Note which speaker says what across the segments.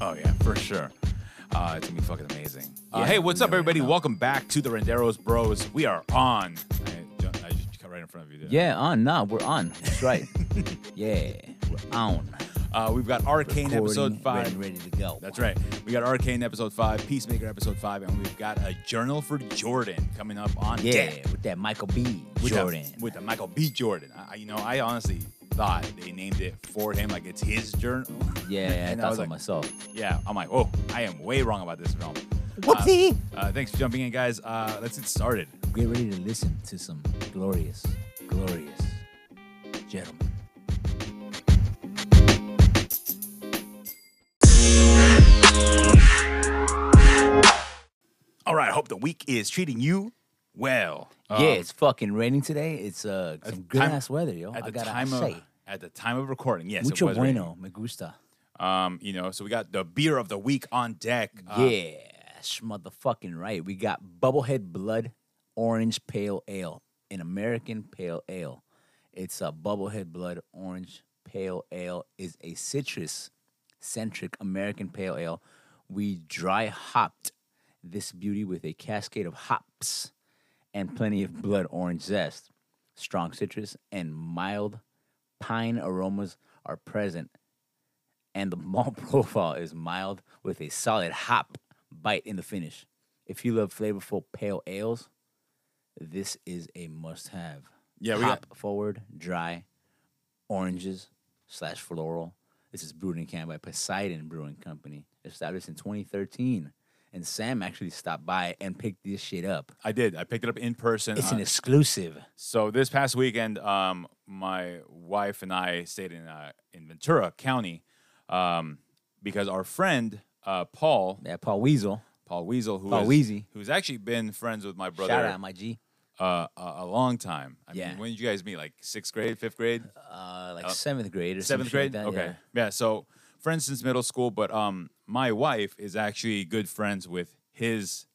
Speaker 1: Oh yeah, for sure. Uh, it's gonna be fucking amazing. Uh, hey, what's up, everybody? Welcome back to the Renderos Bros. We are on. I, ju- I just cut right in front of you. didn't I?
Speaker 2: Yeah, on. Nah, we're on. That's right. yeah, we're on.
Speaker 1: Uh, we've got Arcane episode
Speaker 2: Recording,
Speaker 1: five.
Speaker 2: Ready, ready to go.
Speaker 1: That's right. We got Arcane episode five, Peacemaker episode five, and we've got a Journal for Jordan coming up on
Speaker 2: Yeah,
Speaker 1: deck.
Speaker 2: with that Michael B.
Speaker 1: With the-
Speaker 2: Jordan.
Speaker 1: with the Michael B. Jordan. I, I- you know, I honestly thought they named it for him, like it's his journal.
Speaker 2: yeah, I
Speaker 1: and I
Speaker 2: thought
Speaker 1: was
Speaker 2: so
Speaker 1: like-
Speaker 2: myself.
Speaker 1: Yeah, I'm like, whoa, I am way wrong about this film.
Speaker 2: Whoopsie.
Speaker 1: Uh, uh, thanks for jumping in, guys. Uh, let's get started.
Speaker 2: Get ready to listen to some glorious, glorious gentlemen.
Speaker 1: All right, I hope the week is treating you well. Uh,
Speaker 2: yeah, it's fucking raining today. It's uh some good
Speaker 1: time-
Speaker 2: ass weather, yo.
Speaker 1: at
Speaker 2: I
Speaker 1: the
Speaker 2: gotta
Speaker 1: time
Speaker 2: say.
Speaker 1: of at the time of recording, yes,
Speaker 2: Mucho
Speaker 1: it was raining.
Speaker 2: bueno, me gusta.
Speaker 1: Um, you know, so we got the beer of the week on deck. Uh,
Speaker 2: yes, motherfucking right. We got Bubblehead Blood Orange Pale Ale, an American Pale Ale. It's a Bubblehead Blood Orange Pale Ale is a citrus centric American Pale Ale. We dry hopped this beauty with a cascade of hops and plenty of blood orange zest. Strong citrus and mild pine aromas are present and the malt profile is mild with a solid hop bite in the finish. If you love flavorful pale ales, this is a must-have.
Speaker 1: Yeah, we got-
Speaker 2: hop forward, dry, oranges slash floral. This is brewed in Canada by Poseidon Brewing Company, established in 2013. And Sam actually stopped by and picked this shit up. Uh-huh.
Speaker 1: I did. I picked it up in person.
Speaker 2: It's
Speaker 1: uh,
Speaker 2: an exclusive.
Speaker 1: So this past weekend, um, my wife and I stayed in uh, in Ventura County um, because our friend uh, Paul
Speaker 2: Yeah, Paul Weasel.
Speaker 1: Paul Weasel, who
Speaker 2: Paul
Speaker 1: is-
Speaker 2: Weezy.
Speaker 1: who's actually been friends with my
Speaker 2: Shout
Speaker 1: brother
Speaker 2: out, my G.
Speaker 1: uh, a, a long time. I
Speaker 2: Yeah.
Speaker 1: mean, when did you guys meet? Like sixth grade, fifth grade,
Speaker 2: Uh, like seventh grade or
Speaker 1: seventh
Speaker 2: some shit
Speaker 1: grade?
Speaker 2: Like that,
Speaker 1: okay,
Speaker 2: yeah.
Speaker 1: yeah. So friends since middle school, but um, my wife is actually good friends with his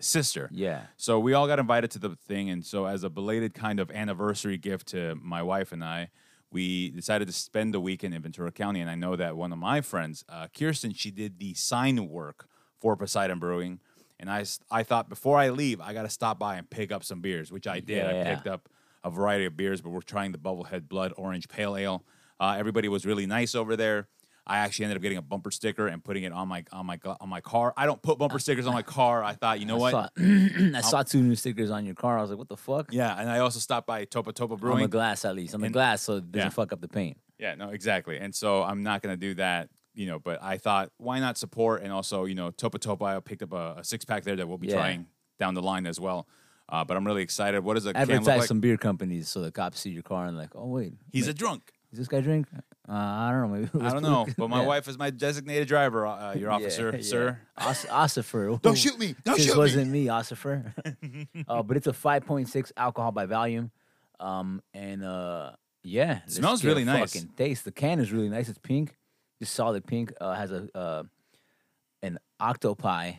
Speaker 1: sister.
Speaker 2: Yeah.
Speaker 1: So we all got invited to the thing, and so as a belated kind of anniversary gift to my wife and I, we decided to spend the weekend in Ventura County. And I know that one of my friends, uh, Kirsten, she did the sign work for Poseidon Brewing, and I s- I thought before I leave, I got to stop by and pick up some beers, which I did. I
Speaker 2: Yeah.
Speaker 1: picked up a variety of beers, but we're trying the Bubblehead Blood Orange Pale Ale. Uh, everybody was really nice over there. I actually ended up getting a bumper sticker and putting it on my on my on my car. I don't put bumper stickers on my car. I thought, you know
Speaker 2: I
Speaker 1: what?
Speaker 2: saw, I saw two new stickers on your car. I was like, what the fuck?
Speaker 1: Yeah, and I also stopped by Topa Topa
Speaker 2: on the
Speaker 1: Brewing.
Speaker 2: glass, at least. On the glass, so it doesn't
Speaker 1: yeah.
Speaker 2: fuck up the paint.
Speaker 1: yeah, no, exactly. And so I'm not gonna do that, you know. But I thought, why not support? And also, you know, Topa Topa, I picked up a, a six pack there that we'll be
Speaker 2: Yeah.
Speaker 1: trying down the line as well. Uh, but I'm really excited. What does a can look
Speaker 2: Advertise
Speaker 1: like?
Speaker 2: some beer companies so the cops see your car and like, oh wait,
Speaker 1: He's
Speaker 2: ma-
Speaker 1: a drunk.
Speaker 2: does this guy drink? Uh, I don't know. Maybe
Speaker 1: I
Speaker 2: let's
Speaker 1: don't
Speaker 2: put-
Speaker 1: know, but my
Speaker 2: Yeah.
Speaker 1: wife is my designated driver, uh, your
Speaker 2: Yeah,
Speaker 1: officer,
Speaker 2: yeah.
Speaker 1: sir.
Speaker 2: Os- Ossifer.
Speaker 1: Don't shoot me! Don't
Speaker 2: this
Speaker 1: shoot me!
Speaker 2: wasn't me, Ossifer. uh, but it's a 5.6 alcohol by volume, um, and uh, yeah, let's
Speaker 1: Smells
Speaker 2: get a
Speaker 1: really nice.
Speaker 2: Fucking taste. The can is really nice. It's pink, just solid pink. Uh, has a uh, an octopi.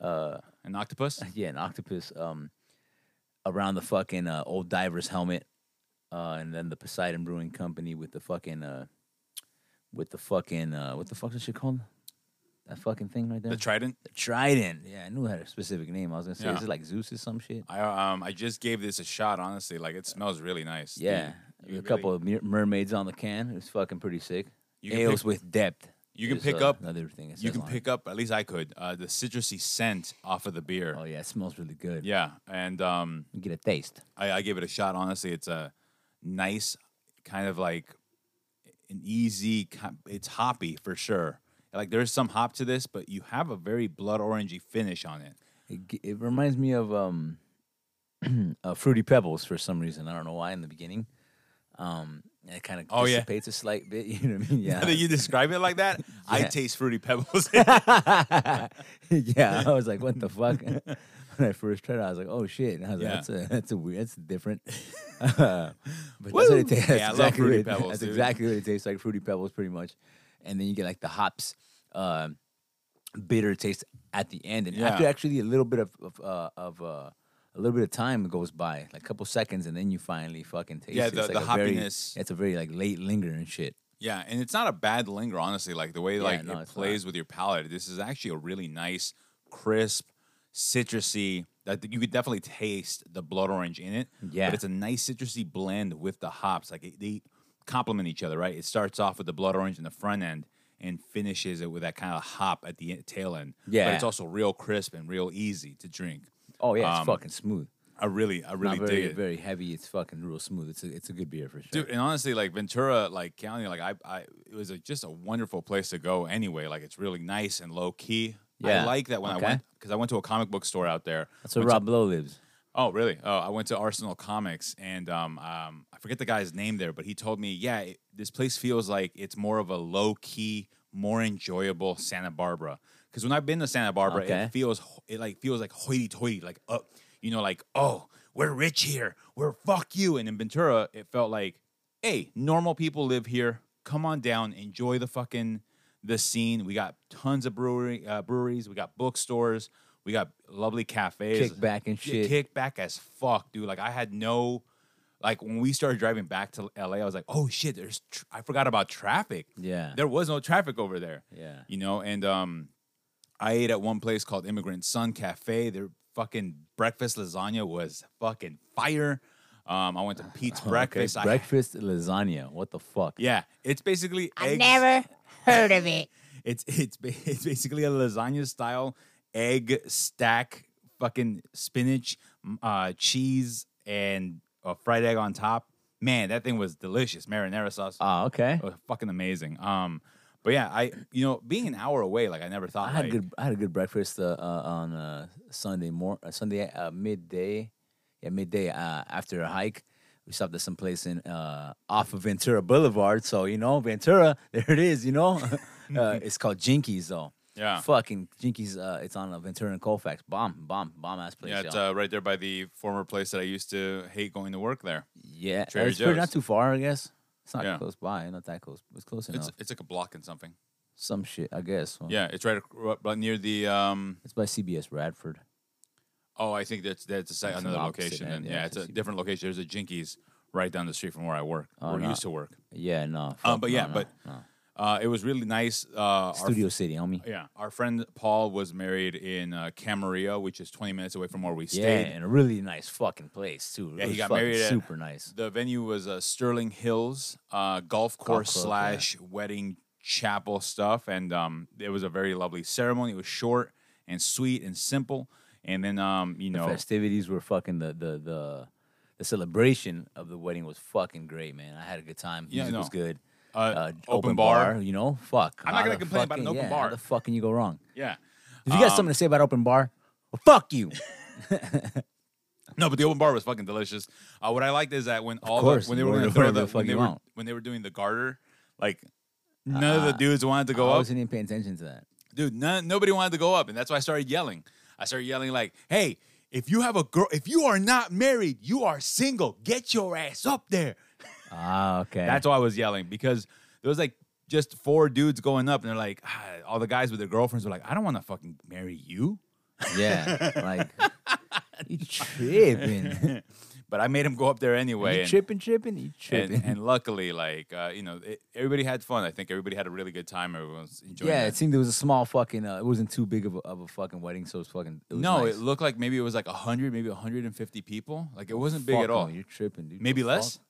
Speaker 2: Uh,
Speaker 1: An octopus.
Speaker 2: yeah, an octopus um around the fucking uh, old diver's helmet, uh, and then the Poseidon Brewing Company with the fucking uh, with the fucking uh, what the fuck's that shit called? That fucking thing right there.
Speaker 1: The trident.
Speaker 2: The trident. Yeah, I knew it had a specific name. I was gonna say,
Speaker 1: Yeah.
Speaker 2: is it like Zeus or some shit?
Speaker 1: I um I just gave this a shot. Honestly, like it smells really nice. The-
Speaker 2: Yeah,
Speaker 1: you
Speaker 2: There's a
Speaker 1: really-
Speaker 2: couple of mer- mermaids on the can. It's fucking pretty sick.
Speaker 1: You can
Speaker 2: Ales
Speaker 1: pick-
Speaker 2: with depth.
Speaker 1: you can
Speaker 2: is,
Speaker 1: pick
Speaker 2: uh,
Speaker 1: up-
Speaker 2: another thing. it
Speaker 1: You
Speaker 2: says
Speaker 1: can
Speaker 2: on it.
Speaker 1: pick up at least I could uh, the citrusy scent off of the beer.
Speaker 2: Oh yeah, it smells really good.
Speaker 1: Yeah, and um,
Speaker 2: You get a taste.
Speaker 1: I, I give it a shot. Honestly, it's a nice kind of like an easy. ki- It's hoppy for sure. Like there's some hop to this, but you have a very blood orangey finish on it.
Speaker 2: It, g- it reminds me of um, uh, fruity pebbles for some reason. I don't know why in the beginning. Um, it kind of
Speaker 1: Oh, yeah.
Speaker 2: dissipates a slight bit. You know what I mean?
Speaker 1: Now that
Speaker 2: Yeah.
Speaker 1: you describe it like that, I
Speaker 2: Yeah.
Speaker 1: taste fruity pebbles.
Speaker 2: yeah. I was like, what the fuck? when I first tried it, I was like, oh shit. And I was
Speaker 1: Yeah.
Speaker 2: like, that's a that's a weird, that's different. Uh, but that's what
Speaker 1: Woo!
Speaker 2: it tastes.
Speaker 1: Yeah, I love
Speaker 2: that's exactly
Speaker 1: Fruity
Speaker 2: what it,
Speaker 1: Pebbles,
Speaker 2: That's
Speaker 1: dude.
Speaker 2: exactly what it tastes like. Fruity pebbles, pretty much. And then you get like the hops, uh, bitter taste at the end. And after
Speaker 1: Yeah.
Speaker 2: actually a little bit of of, uh, of uh, a little bit of time goes by, like a couple seconds, and then you finally fucking taste.
Speaker 1: Yeah,
Speaker 2: it.
Speaker 1: the-
Speaker 2: it's
Speaker 1: the
Speaker 2: like a very-
Speaker 1: hoppiness.
Speaker 2: it's a very like late lingering shit.
Speaker 1: Yeah, and it's not a bad linger, honestly. Like the way like
Speaker 2: no,
Speaker 1: it
Speaker 2: it's
Speaker 1: plays with your palate. This is actually a really nice, crisp, citrusy. That you could definitely taste the blood orange in it.
Speaker 2: Yeah.
Speaker 1: but it's a nice citrusy blend with the hops. Like it, they complement each other, right? It starts off with the blood orange in the front end and finishes it with that kind of hop at the en- tail end. but
Speaker 2: Yeah.
Speaker 1: it's also real crisp and real easy to drink.
Speaker 2: Oh yeah, it's
Speaker 1: Um,
Speaker 2: fucking smooth.
Speaker 1: I really, I really
Speaker 2: Not very
Speaker 1: dig it.
Speaker 2: very heavy. It's fucking real smooth. It's a it's a good beer for sure.
Speaker 1: Dude, and honestly, like Ventura, like County, like I, I it was a, just a wonderful place to go anyway. Like it's really nice and low key. I
Speaker 2: Yeah.
Speaker 1: like that when
Speaker 2: Okay.
Speaker 1: I went because I went to a comic book store out there.
Speaker 2: That's where
Speaker 1: Went to-
Speaker 2: Rob Lowe lives.
Speaker 1: oh, really? Oh, I went to Arsenal Comics, and um, um, I forget the guy's name there, but he told me, yeah, it, this place feels like it's more of a low key, more enjoyable Santa Barbara. Because when I've been to Santa Barbara,
Speaker 2: Okay.
Speaker 1: it feels ho- it like feels like hoity toity, like uh, you know, like oh, we're rich here, we're fuck you. And in Ventura, it felt like, hey, normal people live here. Come on down, enjoy the fucking the scene. We got tons of brewery uh, breweries, we got bookstores, we got lovely cafes,
Speaker 2: Kick back and
Speaker 1: yeah,
Speaker 2: shit.
Speaker 1: kicked back as fuck, dude. Like I had no, like when we started driving back to LA, I was like, oh shit, there's, tr- I forgot about traffic.
Speaker 2: Yeah.
Speaker 1: There was no traffic over there.
Speaker 2: Yeah.
Speaker 1: You know, and um, I ate at one place called Immigrant Sun Cafe. Their fucking breakfast lasagna was fucking fire. Um, I went to Pete's breakfast. I-
Speaker 2: Okay, breakfast lasagna. What the fuck?
Speaker 1: yeah, it's basically
Speaker 3: I've
Speaker 1: eggs-
Speaker 3: never heard of it.
Speaker 1: It's it's ba- it's basically a lasagna style egg stack, fucking spinach, m- uh, cheese, and a fried egg on top. Man, that thing was delicious. Marinara sauce,
Speaker 2: Ah, okay.
Speaker 1: it was fucking amazing. Um, but yeah, I you know being an hour away, like I never thought.
Speaker 2: I had
Speaker 1: like,
Speaker 2: good. I had a good breakfast uh, uh, on uh, Sunday mor- uh, Sunday uh, midday, yeah midday uh, after a hike. We stopped at some place in uh, off of Ventura Boulevard. So you know Ventura, there it is. You know, uh, it's called Jinkies though.
Speaker 1: Yeah.
Speaker 2: fucking Jinkies. Uh, it's on uh, Ventura and Colfax. Bomb, bomb, bomb ass place.
Speaker 1: yeah, it's
Speaker 2: y'all.
Speaker 1: uh, right there by the former place that I used to hate going to work there.
Speaker 2: yeah.
Speaker 1: Trader
Speaker 2: It's pretty,
Speaker 1: Joe's.
Speaker 2: not too far, I guess. It's not
Speaker 1: Yeah.
Speaker 2: close by. Not that close. It's close enough.
Speaker 1: It's it's like a block and something.
Speaker 2: some shit, I guess. Well,
Speaker 1: Yeah, it's right, ac- right- right near the um.
Speaker 2: It's by CBS Radford.
Speaker 1: Oh, I think that's that's a, site
Speaker 2: That's an
Speaker 1: another
Speaker 2: opposite
Speaker 1: location.
Speaker 2: end,
Speaker 1: and,
Speaker 2: yeah,
Speaker 1: yeah,
Speaker 2: it's
Speaker 1: it's a
Speaker 2: a-
Speaker 1: different location. There's a Jinkies right down the street from where I work,
Speaker 2: Oh,
Speaker 1: where I
Speaker 2: no.
Speaker 1: used to work.
Speaker 2: Yeah, no.
Speaker 1: Um,
Speaker 2: fuck,
Speaker 1: but
Speaker 2: no,
Speaker 1: yeah,
Speaker 2: no,
Speaker 1: but
Speaker 2: no.
Speaker 1: uh, it was really nice. Uh, our f-
Speaker 2: Studio City, homie.
Speaker 1: yeah, our friend Paul was married in uh, Camarillo, which is 20 minutes away from where we
Speaker 2: Yeah,
Speaker 1: stayed.
Speaker 2: and a really nice fucking place too.
Speaker 1: Yeah,
Speaker 2: It
Speaker 1: he
Speaker 2: was
Speaker 1: got
Speaker 2: fucking
Speaker 1: married at-
Speaker 2: Super nice.
Speaker 1: The venue was uh, Sterling Hills uh, golf course
Speaker 2: course, yeah.
Speaker 1: slash wedding chapel stuff, and um, it was a very lovely ceremony. It was short and sweet and simple. And then um, you know,
Speaker 2: Festivities were fucking the the the the celebration of the wedding was fucking great, man. I had a good time.
Speaker 1: Yeah,
Speaker 2: Music
Speaker 1: no.
Speaker 2: was good.
Speaker 1: uh, open bar.
Speaker 2: you know, fuck.
Speaker 1: I'm not
Speaker 2: How
Speaker 1: gonna
Speaker 2: the
Speaker 1: complain about an
Speaker 2: fucking-
Speaker 1: open
Speaker 2: yeah,
Speaker 1: bar. Um,
Speaker 2: How the fuck can you go wrong?
Speaker 1: yeah.
Speaker 2: If you got something to say about open bar, well, fuck you.
Speaker 1: No, but the open bar was fucking delicious. Uh, what I liked is that when all
Speaker 2: course,
Speaker 1: the, when they
Speaker 2: you
Speaker 1: were
Speaker 2: order
Speaker 1: going to throw
Speaker 2: whatever
Speaker 1: the
Speaker 2: the fuck
Speaker 1: when they
Speaker 2: you
Speaker 1: were,
Speaker 2: want. Ah,
Speaker 1: when they were doing the garter, like none of the dudes wanted to go
Speaker 2: I
Speaker 1: up.
Speaker 2: wasn't even paying attention to that.
Speaker 1: Dude, none, nobody wanted to go up, and that's why I started yelling. I started yelling like, "Hey, if you have a girl, if you are not married, you are single. Get your ass up there."
Speaker 2: Ah, okay.
Speaker 1: That's why I was yelling because there was like just four dudes going up, and they're like, ah, all the guys with their girlfriends were like, "I don't want to fucking marry you."
Speaker 2: yeah. Like you tripping.
Speaker 1: But I made him go up there anyway.
Speaker 2: You
Speaker 1: and-
Speaker 2: tripping, tripping, you tripping.
Speaker 1: and, and luckily, like uh, you know, it, everybody had fun. I think everybody had a really good time. Everyone's enjoying.
Speaker 2: yeah,
Speaker 1: that.
Speaker 2: it seemed there was a small fucking. Uh, it wasn't too big of a, of a fucking wedding, so it was fucking. It was
Speaker 1: no,
Speaker 2: nice.
Speaker 1: it looked like maybe it was like hundred, maybe hundred and fifty people. Like it wasn't big
Speaker 2: Fuck
Speaker 1: at
Speaker 2: no,
Speaker 1: all.
Speaker 2: You're tripping, dude.
Speaker 1: Maybe
Speaker 2: The
Speaker 1: less?
Speaker 2: fuck?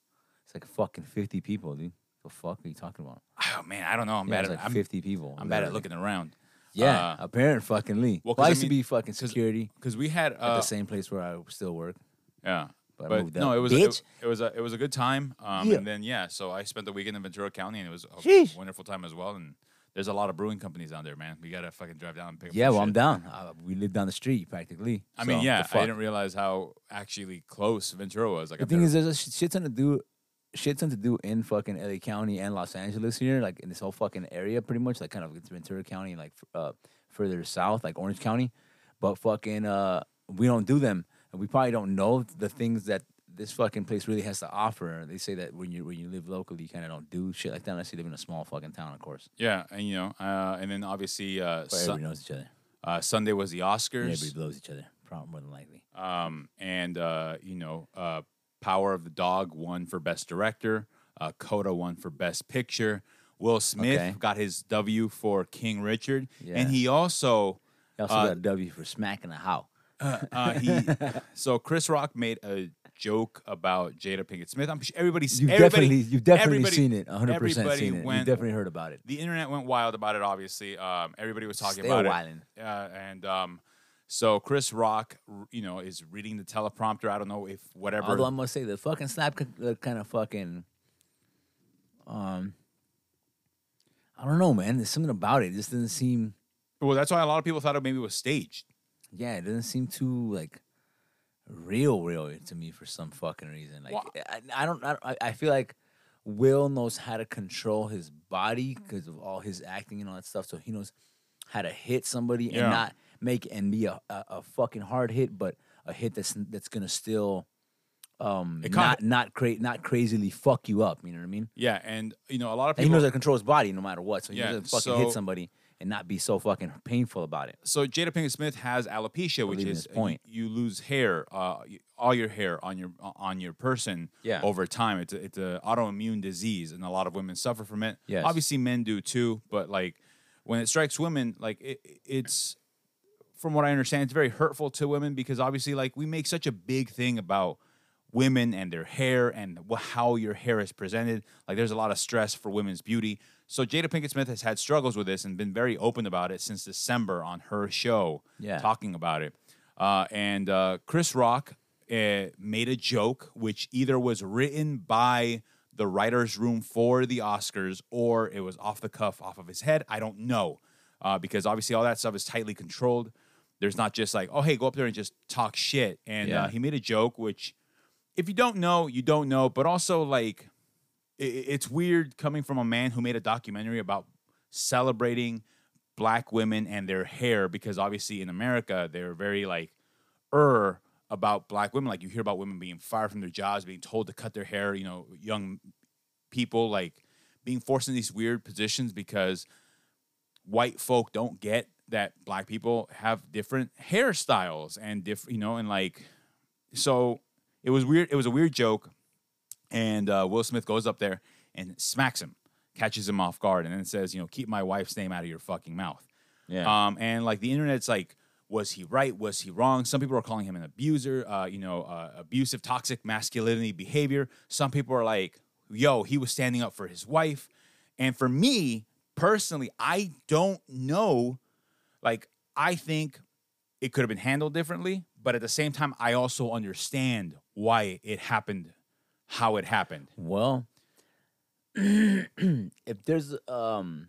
Speaker 2: It's like fucking fifty people, dude. The fuck are you talking about?
Speaker 1: Oh man, I don't know. I'm
Speaker 2: Yeah,
Speaker 1: bad
Speaker 2: it was
Speaker 1: at
Speaker 2: like
Speaker 1: I'm,
Speaker 2: fifty people.
Speaker 1: I'm bad at
Speaker 2: literally.
Speaker 1: looking around.
Speaker 2: Yeah,
Speaker 1: uh,
Speaker 2: apparent fucking Lee.
Speaker 1: well,
Speaker 2: Well,
Speaker 1: 'cause I
Speaker 2: I used to
Speaker 1: mean-
Speaker 2: be fucking security
Speaker 1: Because we had
Speaker 2: at
Speaker 1: uh,
Speaker 2: the same place where I still work.
Speaker 1: yeah.
Speaker 2: but I
Speaker 1: But
Speaker 2: moved
Speaker 1: no,
Speaker 2: out.
Speaker 1: it was a- it,
Speaker 2: Bitch.
Speaker 1: it was a it was a good time, um,
Speaker 2: Yeah.
Speaker 1: and then yeah, so I spent the weekend in Ventura County, and it was a
Speaker 2: Sheesh.
Speaker 1: wonderful time as well. And there's a lot of brewing companies down there, man. We gotta fucking drive down and pick up.
Speaker 2: Yeah,
Speaker 1: some
Speaker 2: well, I'm
Speaker 1: shit.
Speaker 2: down. I, we live down the street practically.
Speaker 1: I mean,
Speaker 2: so,
Speaker 1: yeah,
Speaker 2: the
Speaker 1: I
Speaker 2: fuck?
Speaker 1: didn't realize how actually close Ventura was. Like,
Speaker 2: The
Speaker 1: I've
Speaker 2: thing
Speaker 1: never-
Speaker 2: is, there's a sh- shit ton to do, shit ton to do in fucking LA County and Los Angeles here, like in this whole fucking area, pretty much, like kind of it's Ventura County, and, like f- uh, further south, like Orange County, but fucking uh, we don't do them, and we probably don't know the things that this fucking place really has to offer. They say that when you when you live locally, you kind of don't do shit like that unless you live in a small fucking town, of course.
Speaker 1: Yeah, and you know, uh, and then obviously uh,
Speaker 2: But
Speaker 1: Sun-
Speaker 2: everybody knows each other.
Speaker 1: uh, Sunday was the Oscars,
Speaker 2: Everybody blows each other, probably more than likely.
Speaker 1: um, and uh, you know, uh, Power of the Dog won for Best Director. Uh, Coda won for Best Picture. Will Smith
Speaker 2: Okay.
Speaker 1: got his W for King Richard,
Speaker 2: Yeah.
Speaker 1: and he also
Speaker 2: He also
Speaker 1: Uh,
Speaker 2: got a W for smacking a how.
Speaker 1: uh, he so Chris Rock made a joke about Jada Pinkett Smith. I'm sure everybody's
Speaker 2: You've
Speaker 1: everybody,
Speaker 2: definitely, you've definitely
Speaker 1: everybody-
Speaker 2: seen it, 100 percent
Speaker 1: everybody
Speaker 2: seen it.
Speaker 1: went-
Speaker 2: you've definitely heard about it.
Speaker 1: the internet went wild about it. Obviously, um, everybody was talking
Speaker 2: Still
Speaker 1: about
Speaker 2: wildin'.
Speaker 1: it. Uh, and um, so Chris Rock, r- you know, is reading the teleprompter. I don't know if whatever.
Speaker 2: Although I'm gonna say the fucking slap kind of fucking, um, I don't know, man. There's something about it. It just doesn't seem.
Speaker 1: well, that's why a lot of people thought it maybe was staged.
Speaker 2: Yeah, it doesn't seem too like real, real to me for some fucking reason. Like
Speaker 1: Well,
Speaker 2: I, I don't, I, I- I feel like Will knows how to control his body because of all his acting and all that stuff. So he knows how to hit somebody
Speaker 1: Yeah.
Speaker 2: and not make and be a, a, a fucking hard hit, but a hit that's that's gonna still um
Speaker 1: It
Speaker 2: not
Speaker 1: caught-
Speaker 2: not cra- not crazily fuck you up. You know what I mean?
Speaker 1: Yeah, and you know, a lot of
Speaker 2: And he
Speaker 1: people.
Speaker 2: knows how to control his body no matter what. So he
Speaker 1: Yeah,
Speaker 2: knows how to fucking hit
Speaker 1: so-
Speaker 2: somebody and not be so fucking painful about it.
Speaker 1: so Jada Pinkett Smith has alopecia, which
Speaker 2: leaving
Speaker 1: is
Speaker 2: this point.
Speaker 1: You, lose hair, uh, y- all your hair on your on your person
Speaker 2: Yeah.
Speaker 1: over time. It's a, it's an autoimmune disease, and a lot of women suffer from it.
Speaker 2: Yes.
Speaker 1: obviously men do too, but like when it strikes women, like it, it's from what I understand, it's very hurtful to women because obviously, like we make such a big thing about women and their hair and wh- how your hair is presented. Like there's a lot of stress for women's beauty. So Jada Pinkett Smith has had struggles with this and been very open about it since December on her show,
Speaker 2: Yeah.
Speaker 1: talking about it. Uh, and uh, Chris Rock uh, made a joke, which either was written by the writers' room for the Oscars or it was off the cuff, off of his head. I don't know uh, because obviously all that stuff is tightly controlled. There's not just like, oh, hey, go up there and just talk shit. And
Speaker 2: Yeah.
Speaker 1: uh, he made a joke, which if you don't know, you don't know. But also, like, i- i it's weird coming from a man who made a documentary about celebrating black women and their hair because obviously in America they're very like er about black women. Like you hear about women being fired from their jobs, being told to cut their hair. You know, young people like being forced in these weird positions because white folk don't get that black people have different hairstyles and different, you know, and like, so it was weird. It was a weird joke. And uh, Will Smith goes up there and smacks him, catches him off guard, and then says, you know, keep my wife's name out of your fucking mouth. Um, and like the internet's like, was he right? Was he wrong? Some people are calling him an abuser, uh, you know, uh, abusive, toxic masculinity behavior. Some people are like, yo, he was standing up for his wife. And for me personally, I don't know. Like, I think it could have been handled differently, but at the same time, I also understand why it happened, how it happened.
Speaker 2: Well, if there's um,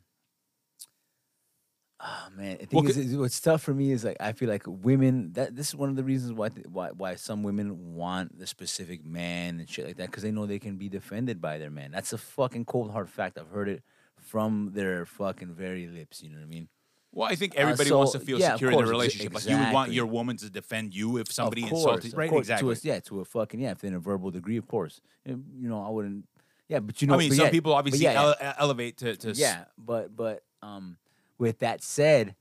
Speaker 2: oh man, I think
Speaker 1: Well,
Speaker 2: it's-
Speaker 1: c-
Speaker 2: it's- what's tough for me is like I feel like women. That this is one of the reasons why th- why why some women want the specific man and shit like that because they know they can be defended by their man. That's a fucking cold hard fact. I've heard it from their fucking very lips. You know what I mean?
Speaker 1: Well, I think everybody
Speaker 2: Uh, so-
Speaker 1: wants to feel
Speaker 2: yeah, of
Speaker 1: secure in their
Speaker 2: course, ex-
Speaker 1: relationship. Like, you would want
Speaker 2: exactly.
Speaker 1: your woman to defend you if somebody
Speaker 2: of course,
Speaker 1: insulted
Speaker 2: of
Speaker 1: Right,
Speaker 2: course,
Speaker 1: exactly.
Speaker 2: To a, yeah, to a fucking yeah, if in a verbal degree, of course. You know, I wouldn't. Yeah, but you know,
Speaker 1: I mean,
Speaker 2: but
Speaker 1: some
Speaker 2: yeah-
Speaker 1: people
Speaker 2: but
Speaker 1: obviously
Speaker 2: yeah,
Speaker 1: ele- e-, elevate to, to s-
Speaker 2: Yeah, but but um, with that said,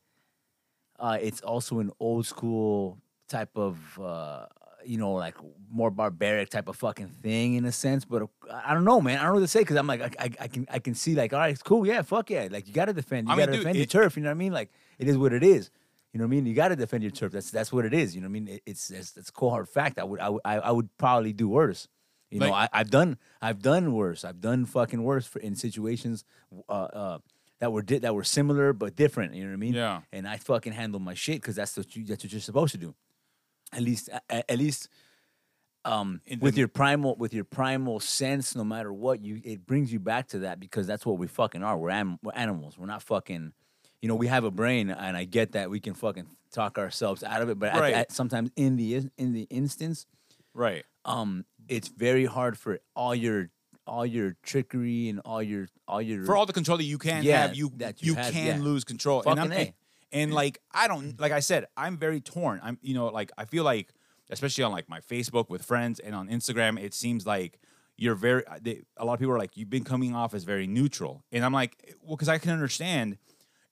Speaker 2: uh, it's also an old school type of uh, you know like more barbaric type of fucking thing in a sense. But uh, I I don't know, man. I don't know what to say because I'm like I, I, I can I can see like all right, it's cool, yeah, fuck yeah, like you gotta defend, you
Speaker 1: I mean,
Speaker 2: gotta
Speaker 1: dude,
Speaker 2: defend your
Speaker 1: it-
Speaker 2: turf. You know what I mean? Like it is what it is. You know what I mean? You gotta defend your turf. That's that's what it is. You know what I mean? It, it's it's it's a cold hard fact. I would I would I I would probably do worse. You know, I,
Speaker 1: Like-
Speaker 2: I've done I've done worse. I've done fucking worse for, in situations uh, uh, that were di- that were similar but different. You know what I mean?
Speaker 1: Yeah.
Speaker 2: And I fucking handle my shit because that's what you that's what you're supposed to do. At least a- a- at least um,
Speaker 1: In
Speaker 2: with
Speaker 1: the-
Speaker 2: your primal with your primal sense, no matter what you it brings you back to that because that's what we fucking are. We're, anim- we're animals. We're not fucking. You know, we have a brain, and I get that we can fucking talk ourselves out of it, but at-
Speaker 1: Right.
Speaker 2: at, sometimes in the in- in the instance,
Speaker 1: right.
Speaker 2: um, it's very hard for all your all your trickery and all your all your
Speaker 1: For all the control that you can
Speaker 2: Yeah,
Speaker 1: have, you
Speaker 2: that
Speaker 1: you,
Speaker 2: you have,
Speaker 1: can
Speaker 2: yeah.
Speaker 1: lose control. and I'm
Speaker 2: Fucking A.
Speaker 1: and like I don't like I said, I'm very torn. I'm you know like I feel like especially on like my Facebook with friends and on Instagram, it seems like you're very uh, they, a lot of people are like you've been coming off as very neutral, and I'm like well because I can understand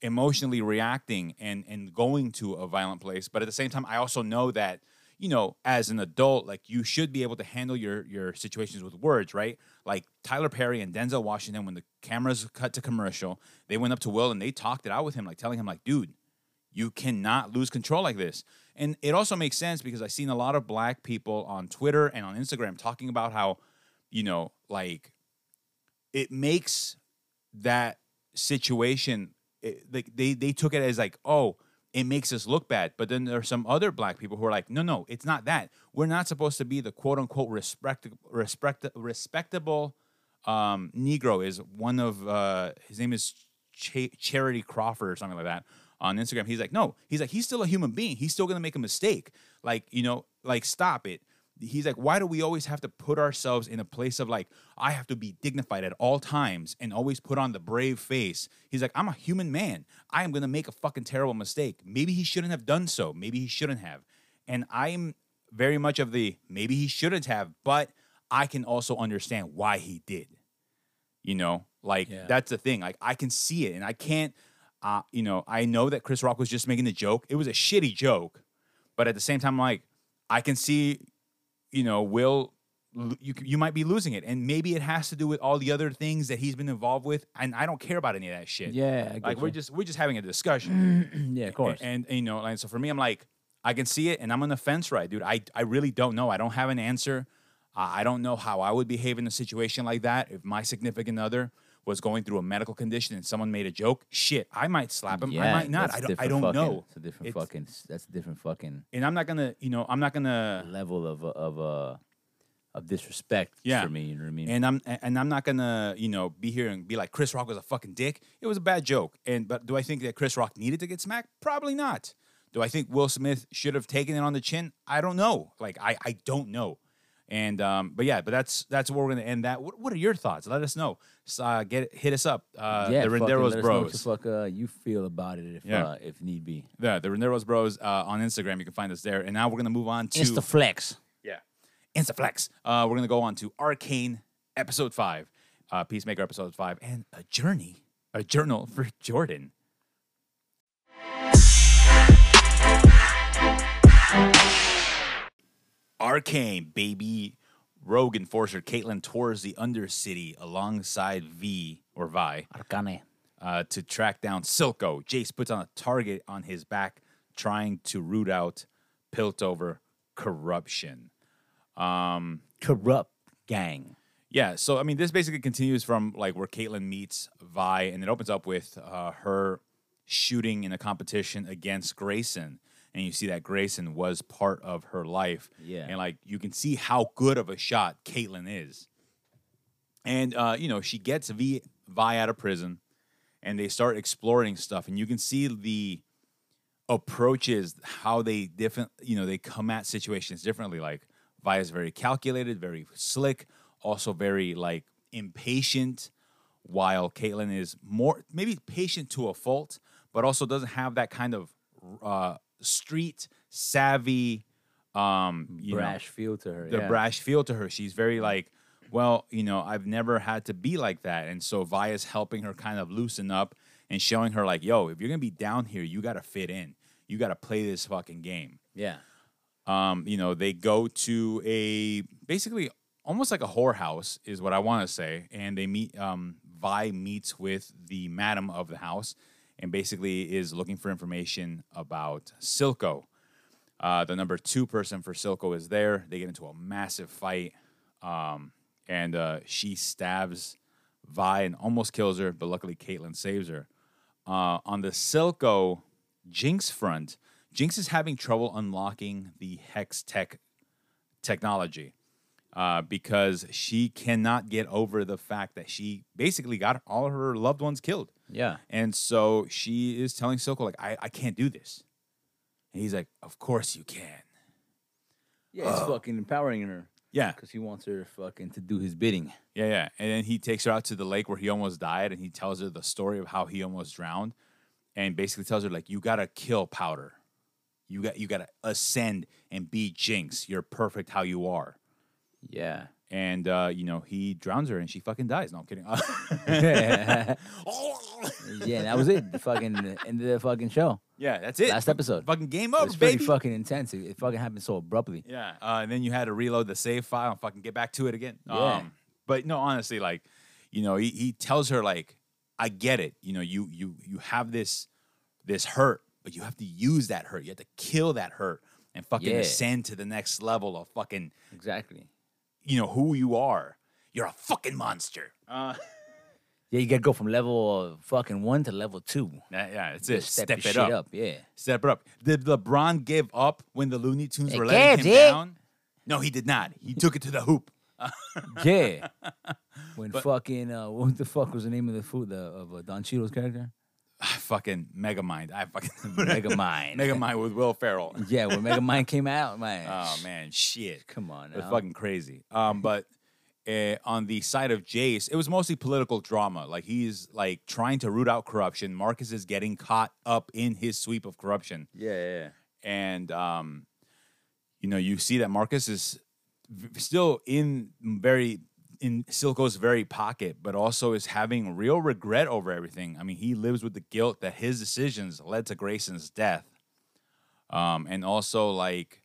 Speaker 1: emotionally reacting and and going to a violent place, but at the same time I also know that. you know, as an adult, like you should be able to handle your your situations with words, right? Like Tyler Perry and Denzel Washington, when the cameras cut to commercial, they went up to Will and they talked it out with him, like telling him, like, dude, you cannot lose control like this. And it also makes sense because I've seen a lot of black people on Twitter and on Instagram talking about how, you know, like it makes that situation it, like they they took it as like, "Oh, it makes us look bad." But then there are some other black people who are like, "No, no, it's not that. We're not supposed to be the quote-unquote respect respect respectable um, Negro is one of uh, his name is Ch- Charity Crawford or something like that on Instagram. He's like, no, he's like, he's still a human being. He's still gonna make a mistake. Like, you know, like stop it. He's like, why do we always have to put ourselves in a place of like, I have to be dignified at all times and always put on the brave face? He's like, I'm a human man. I am gonna make a fucking terrible mistake. Maybe he shouldn't have done so. Maybe he shouldn't have. And I'm very much of the maybe he shouldn't have, but I can also understand why he did. You know, like
Speaker 2: Yeah.
Speaker 1: that's the thing. Like I can see it, and I can't. Uh, you know, I know that Chris Rock was just making a joke. It was a shitty joke, but at the same time, like I can see, you know, Will. l- You c- you might be losing it, and maybe it has to do with all the other things that he's been involved with, and I don't care about any of that shit.
Speaker 2: Yeah, I
Speaker 1: like
Speaker 2: get
Speaker 1: we're
Speaker 2: you.
Speaker 1: just we're just having a discussion.
Speaker 2: yeah, of course.
Speaker 1: And, and, you know, and so for me, I'm like, I can see it, and I'm on the fence, right, dude? I I really don't know. I don't have an answer. I I don't know how I would behave in a situation like that if my significant other was going through a medical condition and someone made a joke. Shit, I might slap him. I
Speaker 2: Yeah,
Speaker 1: might not.
Speaker 2: that's
Speaker 1: I
Speaker 2: a
Speaker 1: don't. I
Speaker 2: different
Speaker 1: don't
Speaker 2: fucking-
Speaker 1: know.
Speaker 2: It's a different
Speaker 1: It's-
Speaker 2: fucking. That's a different fucking
Speaker 1: And I'm not gonna. You know, I'm not gonna.
Speaker 2: level of of uh of disrespect
Speaker 1: Yeah.
Speaker 2: for me. You know what I mean?
Speaker 1: and I'm a- and I'm not gonna you know be here and be like Chris Rock was a fucking dick. It was a bad joke. And but do I think that Chris Rock needed to get smacked? Probably not. Do I think Will Smith should have taken it on the chin? I don't know. Like I I don't know. And um, but yeah, but that's that's where we're gonna end that. What, what are your thoughts? Let us know. S- Uh, get hit us up. Uh, the
Speaker 2: fucking let us
Speaker 1: Renderos
Speaker 2: know What the
Speaker 1: Bros.
Speaker 2: fuck uh, you feel about it if
Speaker 1: Yeah.
Speaker 2: uh, if need be?
Speaker 1: Yeah, the Renderos Bros uh, on Instagram. You can find us there. And now we're gonna move on to
Speaker 2: Insta flex.
Speaker 1: Yeah. Instaflex. Uh, we're going to go on to Arcane Episode 5, uh, Peacemaker Episode 5, and a journey, a journal for Jordan. Arcane, baby. Rogue enforcer Caitlin tours the Undercity alongside V or Vi
Speaker 2: Arcane.
Speaker 1: uh, to track down Silco. Jace puts on a target on his back, trying to root out Piltover corruption.
Speaker 2: Corrupt gang.
Speaker 1: Yeah, so I mean, this basically continues from like where Caitlyn meets Vi, and it opens up with uh, her shooting in a competition against Grayson, and you see that Grayson was part of her life.
Speaker 2: Yeah.
Speaker 1: and like you can see how good of a shot Caitlyn is, and uh, you know she gets v- Vi out of prison, and they start exploring stuff, and you can see the approaches how they different you know they come at situations differently like Vi is very calculated very slick also very like impatient while Caitlyn is more maybe patient to a fault but also doesn't have that kind of uh, street savvy um you know,
Speaker 2: brash feel to her.
Speaker 1: the
Speaker 2: yeah.
Speaker 1: brash feel to her. She's very like, well, you know, I've never had to be like that. And so Vi is helping her kind of loosen up and showing her like, yo, if you're gonna be down here, you gotta fit in. You gotta play this fucking game.
Speaker 2: Yeah.
Speaker 1: Um, you know, they go to a basically almost like a whorehouse is what I want to say, and they meet. Um, Vi meets with the madam of the house, and basically is looking for information about Silco. Uh, the number two person for Silco is there. They get into a massive fight, um, and uh, she stabs Vi and almost kills her, but luckily Caitlyn saves her. Uh, on the Silco Jinx front, Jinx is having trouble unlocking the Hex Tech technology uh, because she cannot get over the fact that she basically got all her loved ones killed.
Speaker 2: Yeah.
Speaker 1: And so she is telling Silco, like, I, I can't do this. And he's like, Of course you can.
Speaker 2: Yeah, it's fucking empowering her
Speaker 1: Yeah.
Speaker 2: because he wants her fucking to do his bidding.
Speaker 1: Yeah, yeah. And then he takes her out to the lake where he almost died and he tells her the story of how he almost drowned and basically tells her like you got to kill powder. You got you got to ascend and be Jinx. You're perfect how you are.
Speaker 2: Yeah.
Speaker 1: and uh, you know he drowns her and she fucking dies. No, I'm kidding.
Speaker 2: yeah,
Speaker 1: yeah,
Speaker 2: that was it. The fucking end of the fucking show.
Speaker 1: that's it.
Speaker 2: Last episode.
Speaker 1: Fucking game
Speaker 2: It
Speaker 1: over,
Speaker 2: was pretty
Speaker 1: baby.
Speaker 2: fucking intense. It, it fucking happened so abruptly.
Speaker 1: Yeah. Uh, and then you had to reload the save file and fucking get back to it again.
Speaker 2: Yeah.
Speaker 1: Um, but no, honestly, like, you know, he, he tells her like, I get it. You know, you you you have this this hurt, but you have to use that hurt. You have to kill that hurt and fucking
Speaker 2: Yeah.
Speaker 1: ascend to the next level of fucking,
Speaker 2: Exactly.
Speaker 1: you know, who you are. You're a fucking monster. Uh,
Speaker 2: Yeah, you gotta go from level uh, fucking one to level two.
Speaker 1: yeah, yeah, that's
Speaker 2: to
Speaker 1: it. Step,
Speaker 2: your
Speaker 1: it
Speaker 2: shit
Speaker 1: up.
Speaker 2: Yeah.
Speaker 1: Step it up. Did LeBron give up when the Looney Tunes
Speaker 3: He
Speaker 1: were letting him
Speaker 3: gave it.
Speaker 1: down? No, he did not. He took it to the hoop.
Speaker 2: Yeah. When fucking uh, what the fuck was the name of the food the, of uh, Don Cheadle's character?
Speaker 1: Ah, fucking Megamind. I fucking
Speaker 2: Megamind.
Speaker 1: Megamind with Will Ferrell.
Speaker 2: yeah, when Mega Mind came out, man.
Speaker 1: Oh man, shit.
Speaker 2: Come on,
Speaker 1: it was
Speaker 2: now.
Speaker 1: fucking crazy. Um, but uh, on the side of Jace, it was mostly political drama. Like he's like trying to root out corruption. Marcus is getting caught up in his sweep of corruption,
Speaker 2: Yeah, yeah.
Speaker 1: and um, you know, you see that Marcus is v- still in very in Silco's very pocket, but also is having real regret over everything. I mean, he lives with the guilt that his decisions led to Grayson's death. Um, and also like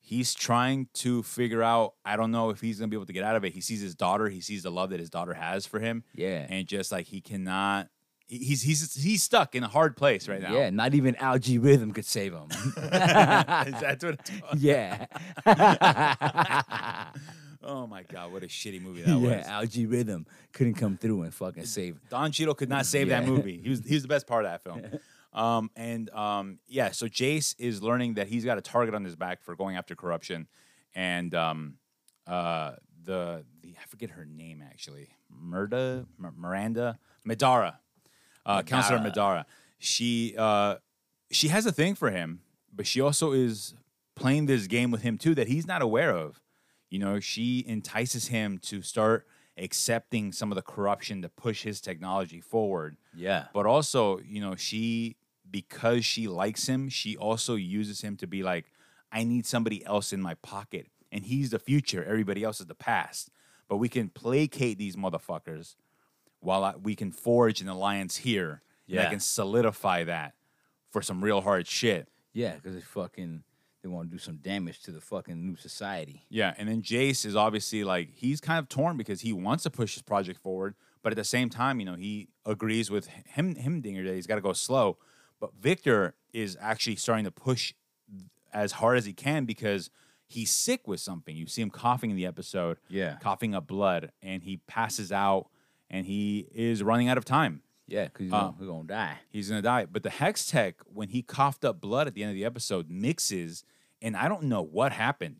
Speaker 1: he's trying to figure out, I don't know if he's gonna be able to get out of it. He sees his daughter, he sees the love that his daughter has for him.
Speaker 2: Yeah.
Speaker 1: And just like he cannot he- he's he's he's stuck in a hard place right now.
Speaker 2: Yeah, not even algae rhythm could save him.
Speaker 1: That's what it's called.
Speaker 2: yeah,
Speaker 1: Oh my god, what a shitty movie that
Speaker 2: yeah,
Speaker 1: was.
Speaker 2: algae rhythm couldn't come through and fucking save.
Speaker 1: Don Cheadle could not save that
Speaker 2: Yeah.
Speaker 1: movie. He was he was the best part of that film. Um, and um, yeah, so Jace is learning that he's got a target on his back for going after corruption, and um, uh, the the I forget her name actually, Murda M- Miranda Madara, uh, Counselor Madara. She uh, she has a thing for him, but she also is playing this game with him too that he's not aware of. You know, she entices him to start accepting some of the corruption to push his technology forward.
Speaker 2: Yeah,
Speaker 1: But also, you know, she because she likes him, she also uses him to be like, I need somebody else in my pocket. And he's the future, everybody else is the past. But we can placate these motherfuckers while I, we can forge an alliance here that
Speaker 2: Yeah.
Speaker 1: can solidify that for some real hard shit.
Speaker 2: yeah, because they fucking they want to do some damage to the fucking new society.
Speaker 1: Yeah, and then Jace is obviously like he's kind of torn because he wants to push his project forward, but at the same time, you know, he agrees with him him Dinger that he's got to go slow. But Victor is actually starting to push as hard as he can because he's sick with something. You see him coughing in the episode,
Speaker 2: Yeah.
Speaker 1: coughing up blood, and he passes out, and he is running out of time.
Speaker 2: Yeah, because he's gonna, he's gonna die.
Speaker 1: He's gonna die. But the hex tech, when he coughed up blood at the end of the episode, mixes, and I don't know what happened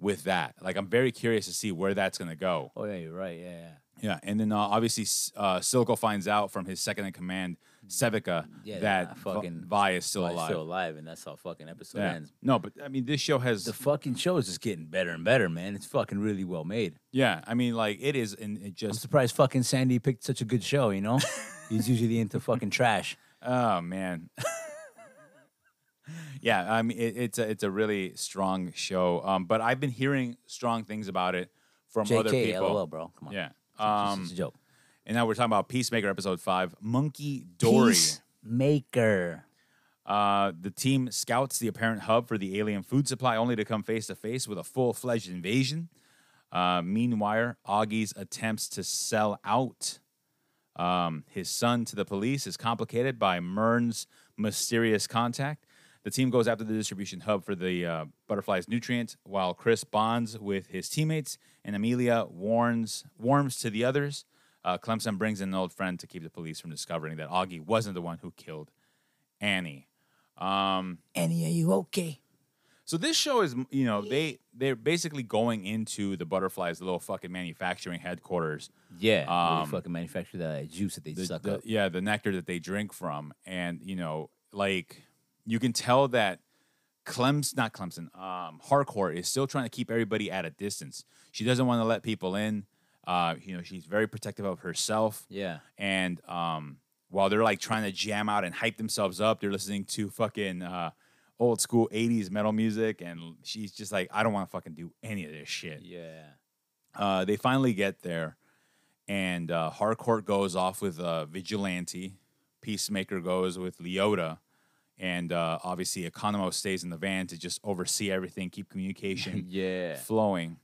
Speaker 1: with that. Like I'm very curious to see where that's gonna go.
Speaker 2: Oh yeah, you're right. Yeah, yeah.
Speaker 1: Yeah, and then uh, obviously S- uh, Silco finds out from his second in command, Sevica, that
Speaker 2: Yeah, that
Speaker 1: Vi-
Speaker 2: fucking-
Speaker 1: Vi is still
Speaker 2: Well, he's
Speaker 1: alive.
Speaker 2: still alive, and that's how fucking episode
Speaker 1: yeah.
Speaker 2: ends.
Speaker 1: No, but I mean, this show has
Speaker 2: The fucking show is just getting better and better, man. It's fucking really well made.
Speaker 1: yeah. I mean, like it is, and it
Speaker 2: I'm
Speaker 1: just
Speaker 2: surprised fucking Sandy picked such a good show. You know, he's usually into fucking trash.
Speaker 1: Oh man. yeah, I mean it, it's a it's a really strong show. Um, but I've been hearing strong things about it from other
Speaker 2: JK,
Speaker 1: people.
Speaker 2: lol, bro. Come on.
Speaker 1: Yeah.
Speaker 2: It's-
Speaker 1: Um,
Speaker 2: it's a joke.
Speaker 1: and now we're talking about Peacemaker episode five, Monkey Dory.
Speaker 2: Peacemaker.
Speaker 1: Uh, the team scouts the apparent hub for the alien food supply, only to come face to face with a full fledged invasion. Uh, meanwhile, Augie's attempts to sell out um, his son to the police is complicated by Mern's mysterious contact. The team goes after the distribution hub for the uh, butterfly's nutrient, while Chris bonds with his teammates, and Amelia warns warms to the others. Uh, Clemson brings in an old friend to keep the police from discovering that Augie wasn't the one who killed Annie. Um,
Speaker 2: Annie, are you okay?
Speaker 1: so this show is, you know, they they're basically going into the butterflies' little fucking manufacturing headquarters.
Speaker 2: Yeah. they
Speaker 1: Um,
Speaker 2: fucking manufacture that juice that they
Speaker 1: The-
Speaker 2: suck
Speaker 1: the-
Speaker 2: up.
Speaker 1: Yeah, the nectar that they drink from, and you know, like you can tell that Clemson, not Clemson, um, Harcourt is still trying to keep everybody at a distance. She doesn't want to let people in. Uh, you know, she's very protective of herself.
Speaker 2: Yeah.
Speaker 1: and um, while they're like trying to jam out and hype themselves up, they're listening to fucking uh, old school '80s metal music, and she's just like, "I don't want to fucking do any of this shit."
Speaker 2: Yeah.
Speaker 1: Uh, they finally get there, and uh, Harcourt goes off with uh, Vigilante. Peacemaker goes with Leota, and uh, obviously Economo stays in the van to just oversee everything, keep communication
Speaker 2: Yeah.
Speaker 1: flowing.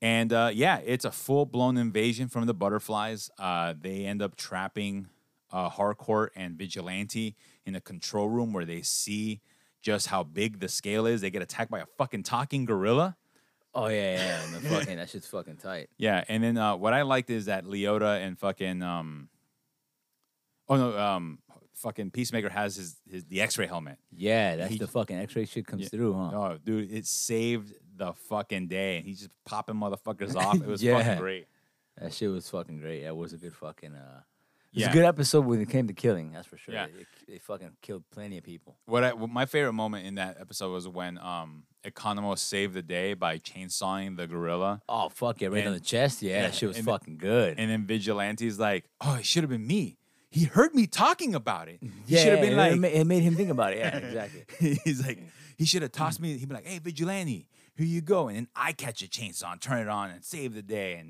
Speaker 1: And uh, yeah, it's a full blown invasion from the butterflies. Uh, they end up trapping uh, Harcourt and Vigilante in a control room where they see just how big the scale is. They get attacked by a fucking talking gorilla.
Speaker 2: Oh yeah, yeah. yeah. No, fucking, that shit's fucking tight.
Speaker 1: Yeah, and then uh, what I liked is that Leota and fucking um, oh no, um, fucking Peacemaker has his his the X ray helmet.
Speaker 2: Yeah, that's
Speaker 1: He-
Speaker 2: the fucking X-ray shit comes
Speaker 1: Yeah.
Speaker 2: through, huh?
Speaker 1: Oh, dude, it saved the fucking day. And he's just popping motherfuckers off. It was
Speaker 2: Yeah.
Speaker 1: fucking great.
Speaker 2: That shit was fucking great. That was a good fucking. uh It was
Speaker 1: Yeah.
Speaker 2: a good episode when it came to killing. That's for sure.
Speaker 1: Yeah.
Speaker 2: They, they fucking killed plenty of people.
Speaker 1: What I, my favorite moment in that episode was when um Economo saved the day by chainsawing the gorilla,
Speaker 2: Oh fuck yeah, right on
Speaker 1: And-
Speaker 2: the chest. Yeah,
Speaker 1: yeah,
Speaker 2: that shit was
Speaker 1: and-
Speaker 2: fucking good.
Speaker 1: and then Vigilante's like, "Oh, it should have been me. He heard me talking about it. He should have been
Speaker 2: it,
Speaker 1: like,
Speaker 2: ma- it made him think about it. Yeah, exactly.
Speaker 1: he's like, he should have tossed me. He'd be like, "Hey, Vigilante, here you go." And then I catch a chainsaw, and turn it on, and save the day.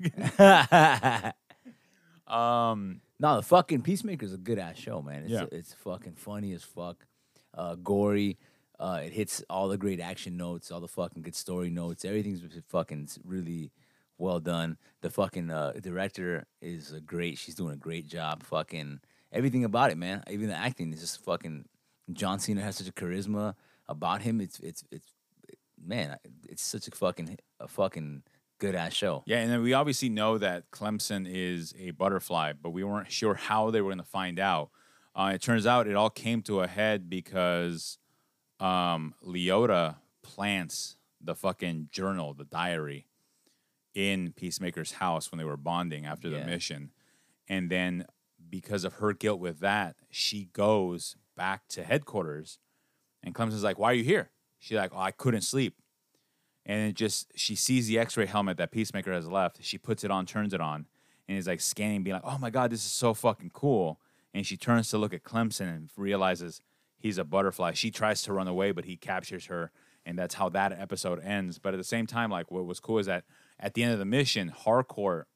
Speaker 1: And um,
Speaker 2: no, the fucking Peacemaker's a good ass show, man. It's
Speaker 1: Yeah.
Speaker 2: it's fucking funny as fuck, uh, gory. Uh, it hits all the great action notes, all the fucking good story notes. Everything's just fucking s- really well done. The fucking uh, director is a great. She's doing a great job. Fucking everything about it, man. Even the acting is just fucking. John Cena has such a charisma about him. It's it's it's man. I- It's such a fucking a fucking good ass show.
Speaker 1: yeah, and then we obviously know that Clemson is a butterfly, but we weren't sure how they were going to find out. Uh, it turns out it all came to a head because um, Leota plants the fucking journal, the diary, in Peacemaker's house when they were bonding after the
Speaker 2: Yeah.
Speaker 1: mission. And then because of her guilt with that, she goes back to headquarters. And Clemson's like, Why are you here? She's like, Oh, I couldn't sleep. And it just, she sees the x ray helmet that Peacemaker has left. She puts it on, turns it on, and is like scanning, being like, Oh my God, this is so fucking cool. And she turns to look at Clemson and realizes he's a butterfly. She tries to run away, but he captures her. And that's how that episode ends. But at the same time, like, what was cool is that at the end of the mission, Harcourt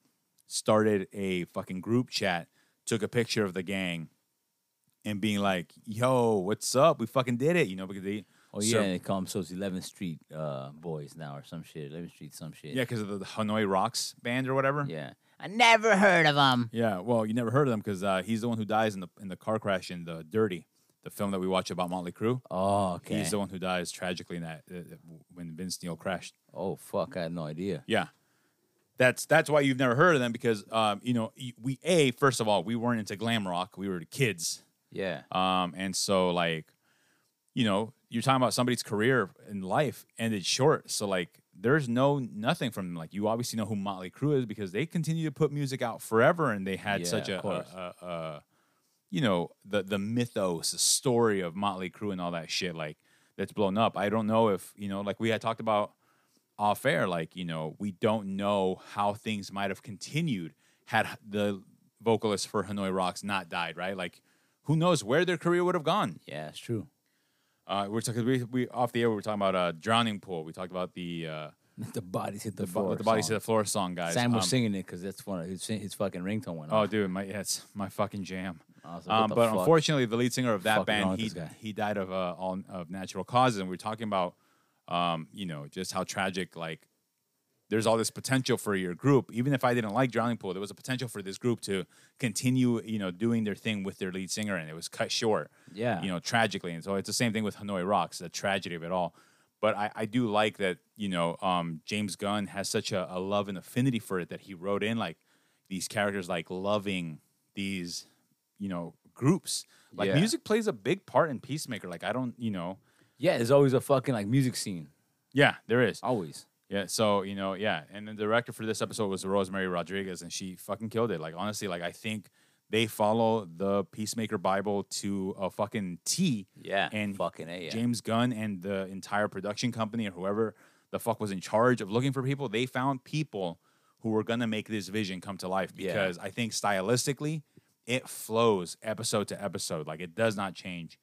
Speaker 1: started a fucking group chat, took a picture of the gang, and being like, "Yo, what's up? We fucking did it!" You know, because they,
Speaker 2: Oh yeah,
Speaker 1: so-
Speaker 2: and they call themselves 11th Street uh, Boys now or some shit. 11th Street, some shit.
Speaker 1: yeah, because of the the Hanoi Rocks band or whatever.
Speaker 2: yeah.
Speaker 3: I never heard of him.
Speaker 1: Yeah, well, you never heard of them because uh, he's the one who dies in the in the car crash in the Dirty, the film that we watch about Motley Crue.
Speaker 2: Oh, okay.
Speaker 1: He's the one who dies tragically in that uh, uh, when Vince Neil crashed.
Speaker 2: oh fuck, I had no idea.
Speaker 1: Yeah. That's that's why you've never heard of them because um, you know y- we a first of all we weren't into glam rock we were kids
Speaker 2: Yeah.
Speaker 1: Um, and so like, you know, you're talking about somebody's career in life ended short. So like there's no nothing from them. Like you obviously know who Motley Crue is because they continue to put music out forever and they had
Speaker 2: Yeah,
Speaker 1: such
Speaker 2: of
Speaker 1: a,
Speaker 2: course.
Speaker 1: a, a, a- you know, the the mythos, the story of Motley Crue and all that shit, like that's blown up. I don't know if, you know, like we had talked about off air, like, you know, we don't know how things might have continued had h- the vocalist for Hanoi Rocks not died, right? Like, who knows where their career would have gone?
Speaker 2: Yeah, it's true.
Speaker 1: Uh, we're talking, we, we off the air, we were talking about uh, Drowning Pool. We talked about the uh,
Speaker 2: the bodies hit the,
Speaker 1: bu-
Speaker 2: floor.
Speaker 1: the Body to
Speaker 2: song.
Speaker 1: the Floor song, guys.
Speaker 2: Sam was
Speaker 1: Um,
Speaker 2: singing it because that's one of his, his fucking ringtone went
Speaker 1: Oh,
Speaker 2: off.
Speaker 1: dude, my, yeah, it's my fucking jam.
Speaker 2: I was like, what
Speaker 1: Um,
Speaker 2: the
Speaker 1: but
Speaker 2: fuck?
Speaker 1: unfortunately, the lead singer of that
Speaker 2: Fuck is wrong
Speaker 1: band,
Speaker 2: with
Speaker 1: he
Speaker 2: this guy?
Speaker 1: he died of uh, all of natural causes, and we are talking about, um, you know, just how tragic. Like, there's all this potential for your group. Even if I didn't like Drowning Pool, there was a potential for this group to continue, you know, doing their thing with their lead singer, and it was cut short.
Speaker 2: Yeah.
Speaker 1: Oh, you know, tragically, and so it's the same thing with Hanoi Rocks, the tragedy of it all. But I, I do like that, you know, um, James Gunn has such a, a love and affinity for it that he wrote in like these characters like loving these you know groups like
Speaker 2: Yeah.
Speaker 1: music plays a big part in peacemaker like i don't you know
Speaker 2: yeah, there's always a fucking like music scene.
Speaker 1: yeah there is
Speaker 2: Always.
Speaker 1: yeah so you know yeah and the director for this episode was rosemary rodriguez and she fucking killed it like honestly like i think they follow the peacemaker bible to a fucking t
Speaker 2: Yeah.
Speaker 1: and
Speaker 2: fucking a, yeah.
Speaker 1: James Gunn and the entire production company or whoever the fuck was in charge of looking for people, they found people who were gonna make this vision come to life
Speaker 2: Yeah.
Speaker 1: because I think stylistically it flows episode to episode. Like it does not change.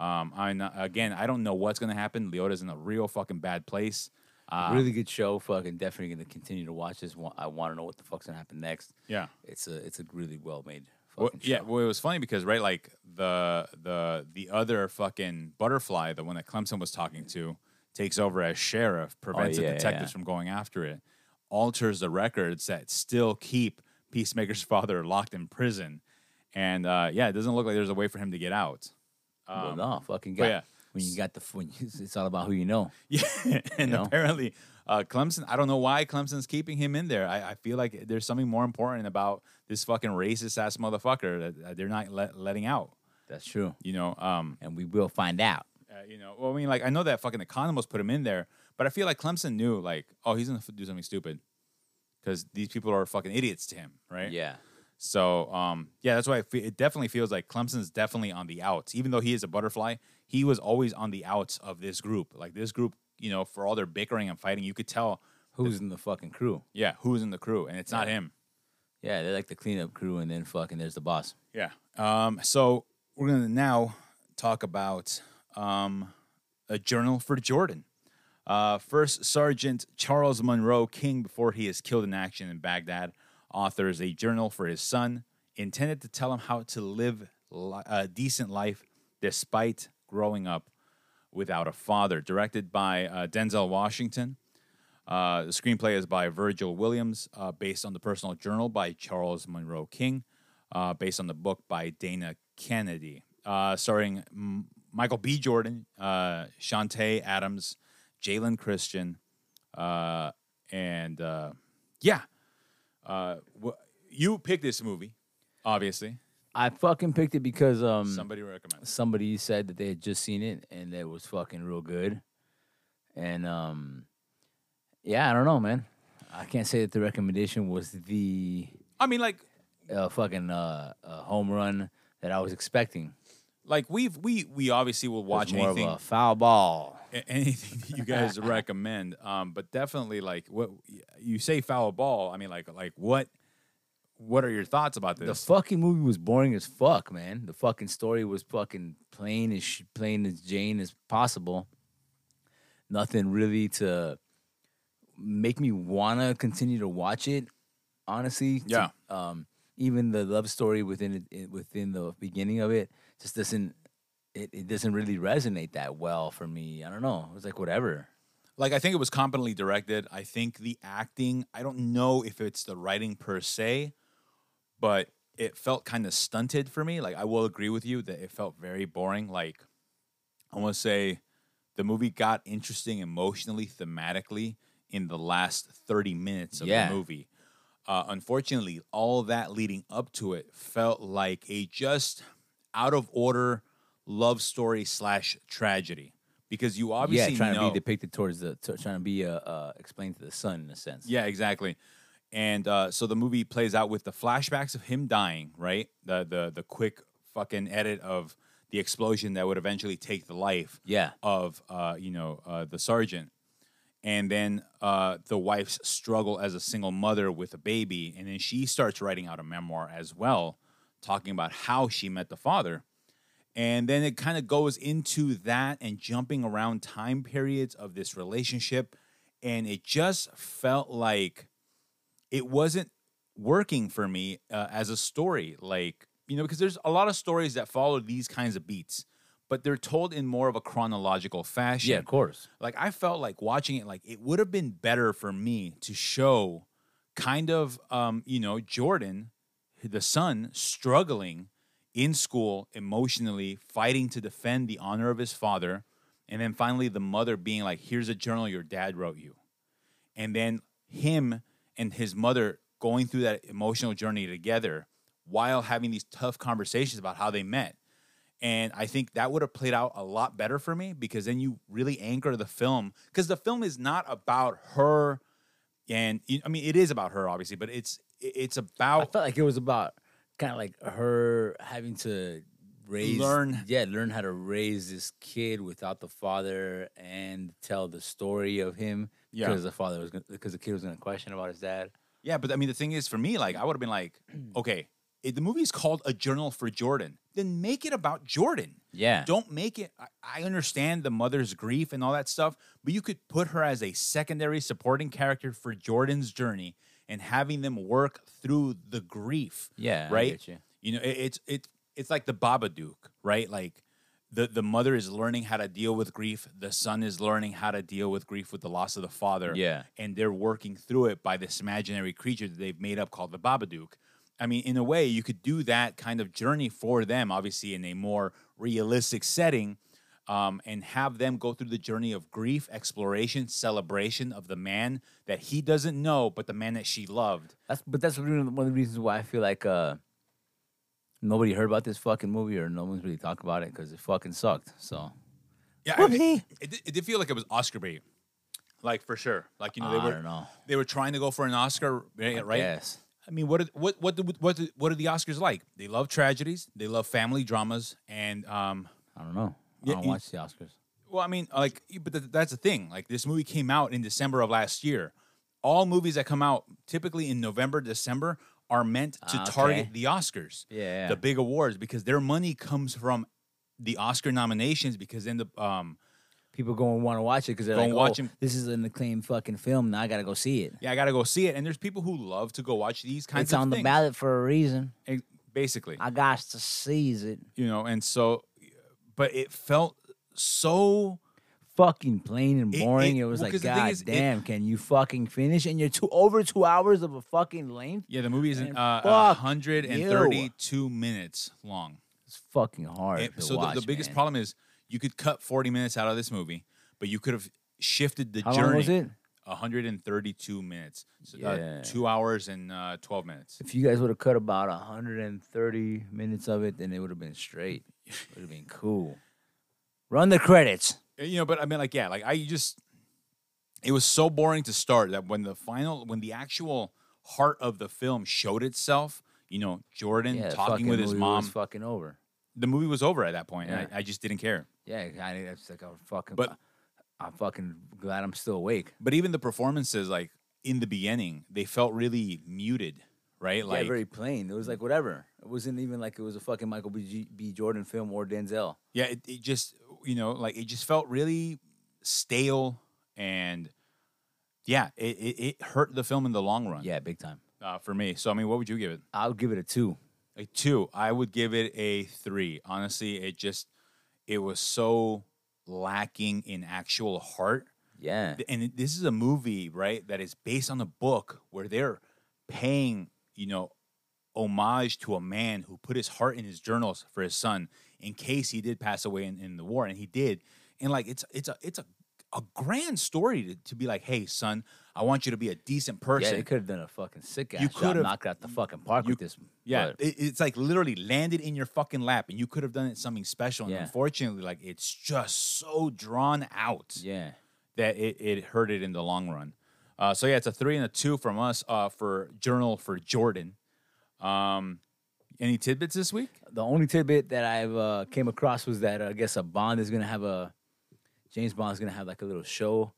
Speaker 1: Um, I again, I don't know what's gonna happen. Leota's in a real fucking bad place. Uh,
Speaker 2: really good show. Fucking definitely gonna continue to watch this. Wa- I want to know what the fuck's gonna happen next.
Speaker 1: Yeah.
Speaker 2: It's a it's a really well made.
Speaker 1: Well,
Speaker 2: fucking
Speaker 1: yeah,
Speaker 2: show.
Speaker 1: well, it was funny because right, like the the the other fucking butterfly, the one that Clemson was talking to, takes over as sheriff, prevents
Speaker 2: Oh, yeah,
Speaker 1: the detectives
Speaker 2: yeah.
Speaker 1: from going after it, alters the records that still keep Peacemaker's father locked in prison, and uh, yeah, it doesn't look like there's a way for him to get out.
Speaker 2: Well, no, fucking
Speaker 1: um, but
Speaker 2: got,
Speaker 1: yeah.
Speaker 2: When you got the f- when you, it's all about who you know.
Speaker 1: Yeah, and
Speaker 2: know?
Speaker 1: apparently, uh, Clemson. I don't know why Clemson's keeping him in there. I, I feel like there's something more important about this fucking racist ass motherfucker that, that they're not let, letting out.
Speaker 2: That's true.
Speaker 1: You know, um,
Speaker 2: And we will find out.
Speaker 1: uh, you know. Well, I mean, like I know that fucking economist put him in there, but I feel like Clemson knew, like, oh, he's gonna f- do something stupid because these people are fucking idiots to him, right?
Speaker 2: Yeah.
Speaker 1: So, um, yeah, that's why it, fe- it definitely feels like Clemson's definitely on the outs. Even though he is a butterfly, he was always on the outs of this group. Like this group, you know, for all their bickering and fighting, you could tell,
Speaker 2: Who's in the fucking crew?
Speaker 1: yeah, who's in the crew, and it's not him.
Speaker 2: Yeah, they're like the cleanup crew, and then fucking there's the boss.
Speaker 1: Yeah. Um, so we're gonna now talk about um, a journal for Jordan. Uh, First Sergeant Charles Monroe King, before he is killed in action in Baghdad, authors a journal for his son intended to tell him how to live li- a decent life despite growing up without a father. Directed by uh, Denzel Washington. Uh, the screenplay is by Virgil Williams, uh, based on the personal journal by Charles Monroe King, uh, based on the book by Dana Kennedy, uh, starring M- Michael B. Jordan, uh, Shantae Adams, Jalen Christian, uh, and uh, yeah, uh, wh- you picked this movie, obviously.
Speaker 2: I fucking picked it because um
Speaker 1: Somebody recommends.
Speaker 2: somebody said that they had just seen it and it was fucking real good. And um yeah, I don't know, man. I can't say that the recommendation was the
Speaker 1: I mean, like,
Speaker 2: uh, fucking uh, uh, home run that I was expecting.
Speaker 1: like we've we we obviously will
Speaker 2: It was
Speaker 1: watch
Speaker 2: more
Speaker 1: anything
Speaker 2: of a foul ball.
Speaker 1: a- anything that you guys recommend. Um, but definitely like what you say foul ball. I mean like like what what are your thoughts about
Speaker 2: The
Speaker 1: this?
Speaker 2: fucking movie was boring as fuck, man. The fucking story was fucking plain as sh- plain as Jane as possible. Nothing really to make me wanna continue to watch it. Honestly, to-
Speaker 1: Yeah.
Speaker 2: um, even the love story within it- it, within the beginning of it just doesn't it, it doesn't really resonate that well for me. I don't know. It was like whatever.
Speaker 1: like I think it was competently directed. I think the acting, I don't know if it's the writing per se, but it felt kind of stunted for me. Like I will agree with you that it felt very boring. Like I want to say the movie got interesting emotionally, thematically in the last 30 minutes of
Speaker 2: Yeah.
Speaker 1: the movie. Uh, unfortunately, all that leading up to it felt like a just out of order love story slash tragedy because you
Speaker 2: yeah,
Speaker 1: obviously
Speaker 2: trying
Speaker 1: know,
Speaker 2: to be depicted towards the t- trying to be uh, uh, explained to the sun in a sense.
Speaker 1: yeah, exactly. And uh, so the movie plays out with the flashbacks of him dying, right? The the the quick fucking edit of the explosion that would eventually take the life
Speaker 2: Yeah.
Speaker 1: of uh, you know uh, the sergeant, and then uh, the wife's struggle as a single mother with a baby, and then she starts writing out a memoir as well, talking about how she met the father, and then it kind of goes into that and jumping around time periods of this relationship, and it just felt like it wasn't working for me uh, as a story like you know because there's a lot of stories that follow these kinds of beats but they're told in more of a chronological fashion
Speaker 2: Yeah, of course.
Speaker 1: like I felt like watching it, like it would have been better for me to show kind of um, you know, Jordan, the son, struggling in school emotionally, fighting to defend the honor of his father, and then finally the mother being like, Here's a journal your dad wrote you. And then him and his mother going through that emotional journey together while having these tough conversations about how they met. And I think that would have played out a lot better for me because then you really anchor the film because the film is not about her, and I mean it is about her obviously, but it's it's
Speaker 2: I
Speaker 1: about
Speaker 2: felt like it was about kind of like her having to raise,
Speaker 1: Learn.
Speaker 2: yeah, learn how to raise this kid without the father and tell the story of him
Speaker 1: Yeah.
Speaker 2: because the father was gonna, because the kid was going to question about his dad.
Speaker 1: yeah. But I mean the thing is for me like I would have been like okay it, the movie is called A Journal for Jordan. Then make it about Jordan.
Speaker 2: Yeah.
Speaker 1: Don't make it. I, I understand the mother's grief and all that stuff, but you could put her as a secondary supporting character for Jordan's journey and having them work through the grief.
Speaker 2: Yeah, I
Speaker 1: Right.
Speaker 2: get you.
Speaker 1: know, it, it's it's it's like the Babadook, right? Like the the mother is learning how to deal with grief. The son is learning how to deal with grief with the loss of the father
Speaker 2: Yeah.
Speaker 1: and they're working through it by this imaginary creature that they've made up called the Babadook. I mean, in a way, you could do that kind of journey for them, obviously, in a more realistic setting, um, and have them go through the journey of grief, exploration, celebration of the man that he doesn't know, but the man that she loved.
Speaker 2: That's but that's really one of the reasons why I feel like uh, nobody heard about this fucking movie or no one's really talked about it because it fucking sucked. So
Speaker 1: Yeah,
Speaker 2: I mean, Whoopee.
Speaker 1: it, did- it did feel like it was Oscar bait, like for sure. Like you know, they
Speaker 2: Oh, I
Speaker 1: were
Speaker 2: don't know.
Speaker 1: they were trying to go for an Oscar, right? right?
Speaker 2: Yes.
Speaker 1: I mean, what are, what what do, what do, what are the Oscars like? They love tragedies, they love family dramas, and um,
Speaker 2: I don't know.
Speaker 1: Yeah,
Speaker 2: I don't
Speaker 1: you-
Speaker 2: watch the Oscars.
Speaker 1: well, I mean, like, but th- that's the thing. Like, this movie came out in December of last year. All movies that come out typically in November, December are meant to
Speaker 2: Ah, okay.
Speaker 1: target the Oscars,
Speaker 2: Yeah, yeah.
Speaker 1: the big awards, because their money comes from the Oscar nominations. Because then the um,
Speaker 2: People go and want to watch it because they're
Speaker 1: Go
Speaker 2: like,
Speaker 1: and watch
Speaker 2: oh,
Speaker 1: 'em."
Speaker 2: this is an acclaimed fucking film. Now I gotta go see it.
Speaker 1: yeah, I gotta go see it. And there's people who love to go watch these kinds
Speaker 2: it's
Speaker 1: of
Speaker 2: on the
Speaker 1: things,
Speaker 2: ballot for a reason.
Speaker 1: ex- basically.
Speaker 2: I got to seize it.
Speaker 1: you know, and so, but it felt so
Speaker 2: Fucking plain and
Speaker 1: It-
Speaker 2: boring. It,
Speaker 1: it-
Speaker 2: was
Speaker 1: well,
Speaker 2: like,
Speaker 1: 'cause the thing
Speaker 2: God
Speaker 1: is, it-
Speaker 2: damn, can you fucking finish? And you're two over two hours of a fucking length.
Speaker 1: Yeah, the movie is
Speaker 2: Man,
Speaker 1: an, uh,
Speaker 2: fuck
Speaker 1: 132 minutes long.
Speaker 2: It's fucking hard.
Speaker 1: It-
Speaker 2: to
Speaker 1: so
Speaker 2: watch,
Speaker 1: the, the biggest
Speaker 2: man.
Speaker 1: problem is you could cut 40 minutes out of this movie, but you could have shifted the
Speaker 2: How
Speaker 1: journey.
Speaker 2: long was it?
Speaker 1: 132 minutes. So,
Speaker 2: Yeah.
Speaker 1: uh, two hours and uh, 12 minutes.
Speaker 2: If you guys would have cut about 130 minutes of it, then it would have been straight. It would have been cool. Run the credits.
Speaker 1: Uh, You know, but I mean, like, yeah, like I just, it was so boring to start that when the final, when the actual heart of the film showed itself, you know, Jordan
Speaker 2: Yeah, the
Speaker 1: talking
Speaker 2: fucking
Speaker 1: with his
Speaker 2: movie
Speaker 1: mom,
Speaker 2: was fucking over.
Speaker 1: the movie was over at that point, and
Speaker 2: Yeah.
Speaker 1: I, I just didn't care.
Speaker 2: Yeah, I think that's like a fucking.
Speaker 1: But-
Speaker 2: I'm fucking glad I'm still awake.
Speaker 1: But even the performances, like in the beginning, they felt really muted, right? Like, Mm.
Speaker 2: yeah, very plain. It was like whatever. It wasn't even like it was a fucking Michael B. G- B. Jordan film or Denzel.
Speaker 1: yeah, it, it just, you know, like it just felt really stale and yeah, it, it, it hurt the film in the long run
Speaker 2: Yeah, big time.
Speaker 1: uh, for me. So, I mean, what would you give it?
Speaker 2: I would give it a two.
Speaker 1: A two. I would give it a three. Honestly, it just, it was so lacking in actual heart.
Speaker 2: Yeah,
Speaker 1: th- and this is a movie right that is based on a book where they're paying you know homage to a man who put his heart in his journals for his son in case he did pass away in, in the war and he did and like it's it's a it's a a grand story to, to be like hey son i want you to be a decent
Speaker 2: yeah.
Speaker 1: person
Speaker 2: They could have done a fucking sick ass
Speaker 1: You
Speaker 2: job,
Speaker 1: could've-
Speaker 2: knocked out the fucking park with this.
Speaker 1: yeah,
Speaker 2: but-
Speaker 1: it, it's like literally landed in your fucking lap, and you could have done it something special. And
Speaker 2: Yeah.
Speaker 1: unfortunately, like it's just so drawn out.
Speaker 2: yeah.
Speaker 1: that it, it hurt it in the long run. Uh, so yeah, it's a three and a two from us uh, for Journal for Jordan. Um, any tidbits this week?
Speaker 2: the only tidbit that I've uh, came across was that uh, I guess a Bond is gonna have a James Bond is gonna have like a little show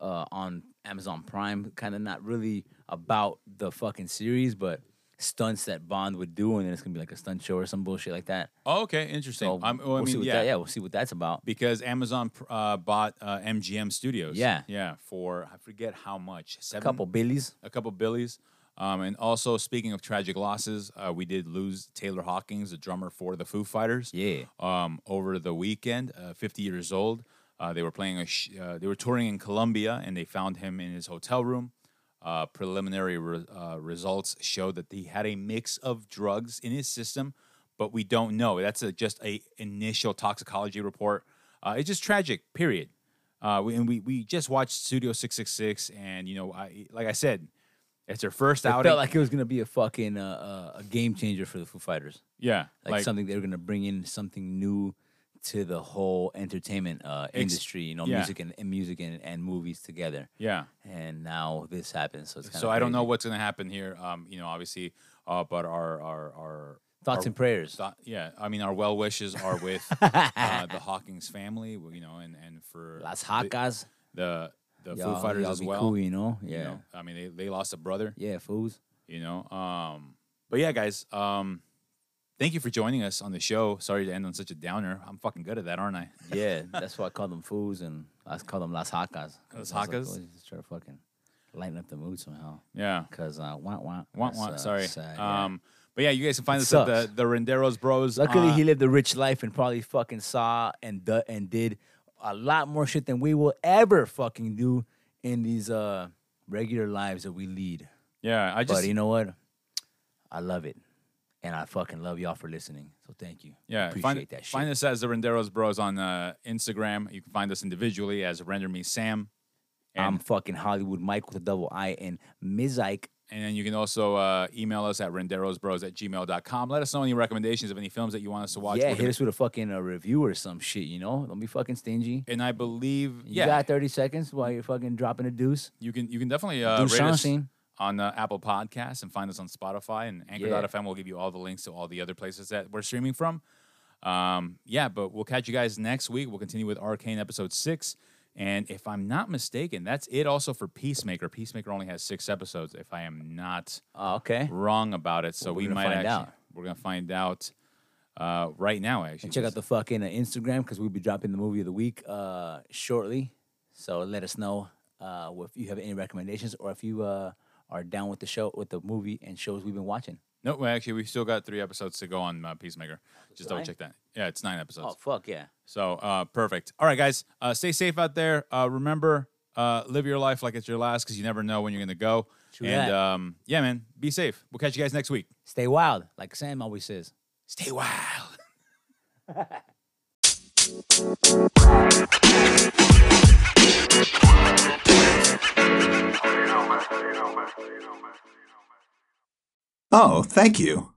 Speaker 2: uh, on Amazon Prime, kind of not really about the fucking series, but stunts that Bond would do, and then it's gonna be like a stunt show or some bullshit like that.
Speaker 1: Oh, okay, interesting.
Speaker 2: So
Speaker 1: Um, well, I
Speaker 2: we'll see
Speaker 1: mean,
Speaker 2: what
Speaker 1: yeah,
Speaker 2: that, yeah, we'll see what that's about.
Speaker 1: because Amazon pr- uh, bought uh, MGM Studios.
Speaker 2: Yeah.
Speaker 1: yeah, for I forget how much.
Speaker 2: A
Speaker 1: Seven,
Speaker 2: couple billies.
Speaker 1: a couple billies. Um, and also, speaking of tragic losses, uh, we did lose Taylor Hawkins, the drummer for the Foo Fighters.
Speaker 2: Yeah.
Speaker 1: Um, over the weekend, uh, 50 years old. Uh, they were playing a. Sh- uh, they were touring in Colombia, and they found him in his hotel room. Uh, preliminary re- uh, results showed that he had a mix of drugs in his system, but we don't know. That's a, just a initial toxicology report. Uh, it's just tragic. Period. Uh, we, and we we just watched Studio 666, and you know, I like I said, it's their first
Speaker 2: It
Speaker 1: outing.
Speaker 2: felt like it was gonna be a fucking uh, uh, a game changer for the Foo Fighters,
Speaker 1: yeah,
Speaker 2: like, something they were gonna bring in something new to the whole entertainment uh, industry, you know,
Speaker 1: yeah.
Speaker 2: music and, and music and, and movies together.
Speaker 1: yeah.
Speaker 2: and now this happens. So it's kind
Speaker 1: So I don't know what's gonna happen here. Um, you know, obviously, uh, but our our our
Speaker 2: Thoughts
Speaker 1: our-
Speaker 2: and prayers.
Speaker 1: thought- yeah, I mean, our well wishes are with uh, the Hawkins family. w- You know, and and for
Speaker 2: Las Hacas,
Speaker 1: the the, the
Speaker 2: y'all-
Speaker 1: Foo Fighters
Speaker 2: y'all
Speaker 1: as
Speaker 2: be
Speaker 1: well.
Speaker 2: Cool, you know, yeah,
Speaker 1: You know, I mean, they, they lost a brother.
Speaker 2: yeah, fools.
Speaker 1: You know, um, But yeah, guys, um, thank you for joining us on the show. Sorry to end on such a downer. I'm fucking good at that, aren't I?
Speaker 2: Yeah, that's why I call them fools, and I call them las hacas.
Speaker 1: Las
Speaker 2: It's like,
Speaker 1: hacas?
Speaker 2: oh, Just try to fucking lighten up the mood somehow.
Speaker 1: Yeah.
Speaker 2: Cause uh, wah wah
Speaker 1: Wah,
Speaker 2: that's,
Speaker 1: wah,
Speaker 2: uh,
Speaker 1: sorry.
Speaker 2: sad, yeah.
Speaker 1: um, But yeah, you guys can find
Speaker 2: It
Speaker 1: us at the,
Speaker 2: sucks.
Speaker 1: the Renderos Bros.
Speaker 2: Luckily,
Speaker 1: uh,
Speaker 2: he lived a rich life and probably fucking saw and du- and did a lot more shit than we will ever fucking do in these uh regular lives that we lead.
Speaker 1: yeah, I just
Speaker 2: but you know what? I love it, and I fucking love y'all for listening. So thank you.
Speaker 1: Yeah,
Speaker 2: appreciate
Speaker 1: find,
Speaker 2: that shit.
Speaker 1: find us as the Renderos Bros on uh, Instagram. You can find us individually as Render Me Sam, and,
Speaker 2: I'm fucking Hollywood Mike with a double I and Ms. Ike.
Speaker 1: and then you can also uh, email us at renderosbros at gmail.com. Let us know any recommendations of any films that you want us to watch.
Speaker 2: yeah,
Speaker 1: We're
Speaker 2: hit
Speaker 1: gonna-
Speaker 2: us with a fucking uh review or some shit. You know, don't be fucking stingy.
Speaker 1: And I believe
Speaker 2: You
Speaker 1: yeah,
Speaker 2: got 30 seconds while you're fucking dropping a deuce.
Speaker 1: you can you can definitely uh,
Speaker 2: Do
Speaker 1: rate us
Speaker 2: something.
Speaker 1: on uh, Apple Podcasts and find us on Spotify and
Speaker 2: Yeah.
Speaker 1: Anchor.fm. We'll give you all the links to all the other places that we're streaming from. Um, yeah, but we'll catch you guys next week. We'll continue with Arcane episode six. And if I'm not mistaken, that's it also for Peacemaker. Peacemaker only has six episodes, if I am not
Speaker 2: Oh, okay.
Speaker 1: wrong about it. So
Speaker 2: Well, we're
Speaker 1: we
Speaker 2: gonna
Speaker 1: might
Speaker 2: find
Speaker 1: actually
Speaker 2: out.
Speaker 1: we're gonna find out uh, right now. Actually,
Speaker 2: And check out the fucking uh, Instagram because we'll be dropping the movie of the week uh, shortly. So let us know uh, if you have any recommendations or if you uh, are down with the show, with the movie and shows we've been watching.
Speaker 1: no. well, Actually, we still got three episodes to go on uh, Peacemaker. Just double
Speaker 2: nine?
Speaker 1: check that. Yeah, it's nine episodes.
Speaker 2: Oh, fuck yeah.
Speaker 1: So uh, perfect. All right, guys, uh, stay safe out there. Uh, remember, uh, live your life like it's your last because you never know when you're gonna go.
Speaker 2: True
Speaker 1: and
Speaker 2: that.
Speaker 1: um, yeah, man, be safe. We'll catch you guys next week.
Speaker 2: Stay wild, like Sam always says.
Speaker 1: Stay wild.
Speaker 4: Oh, thank you.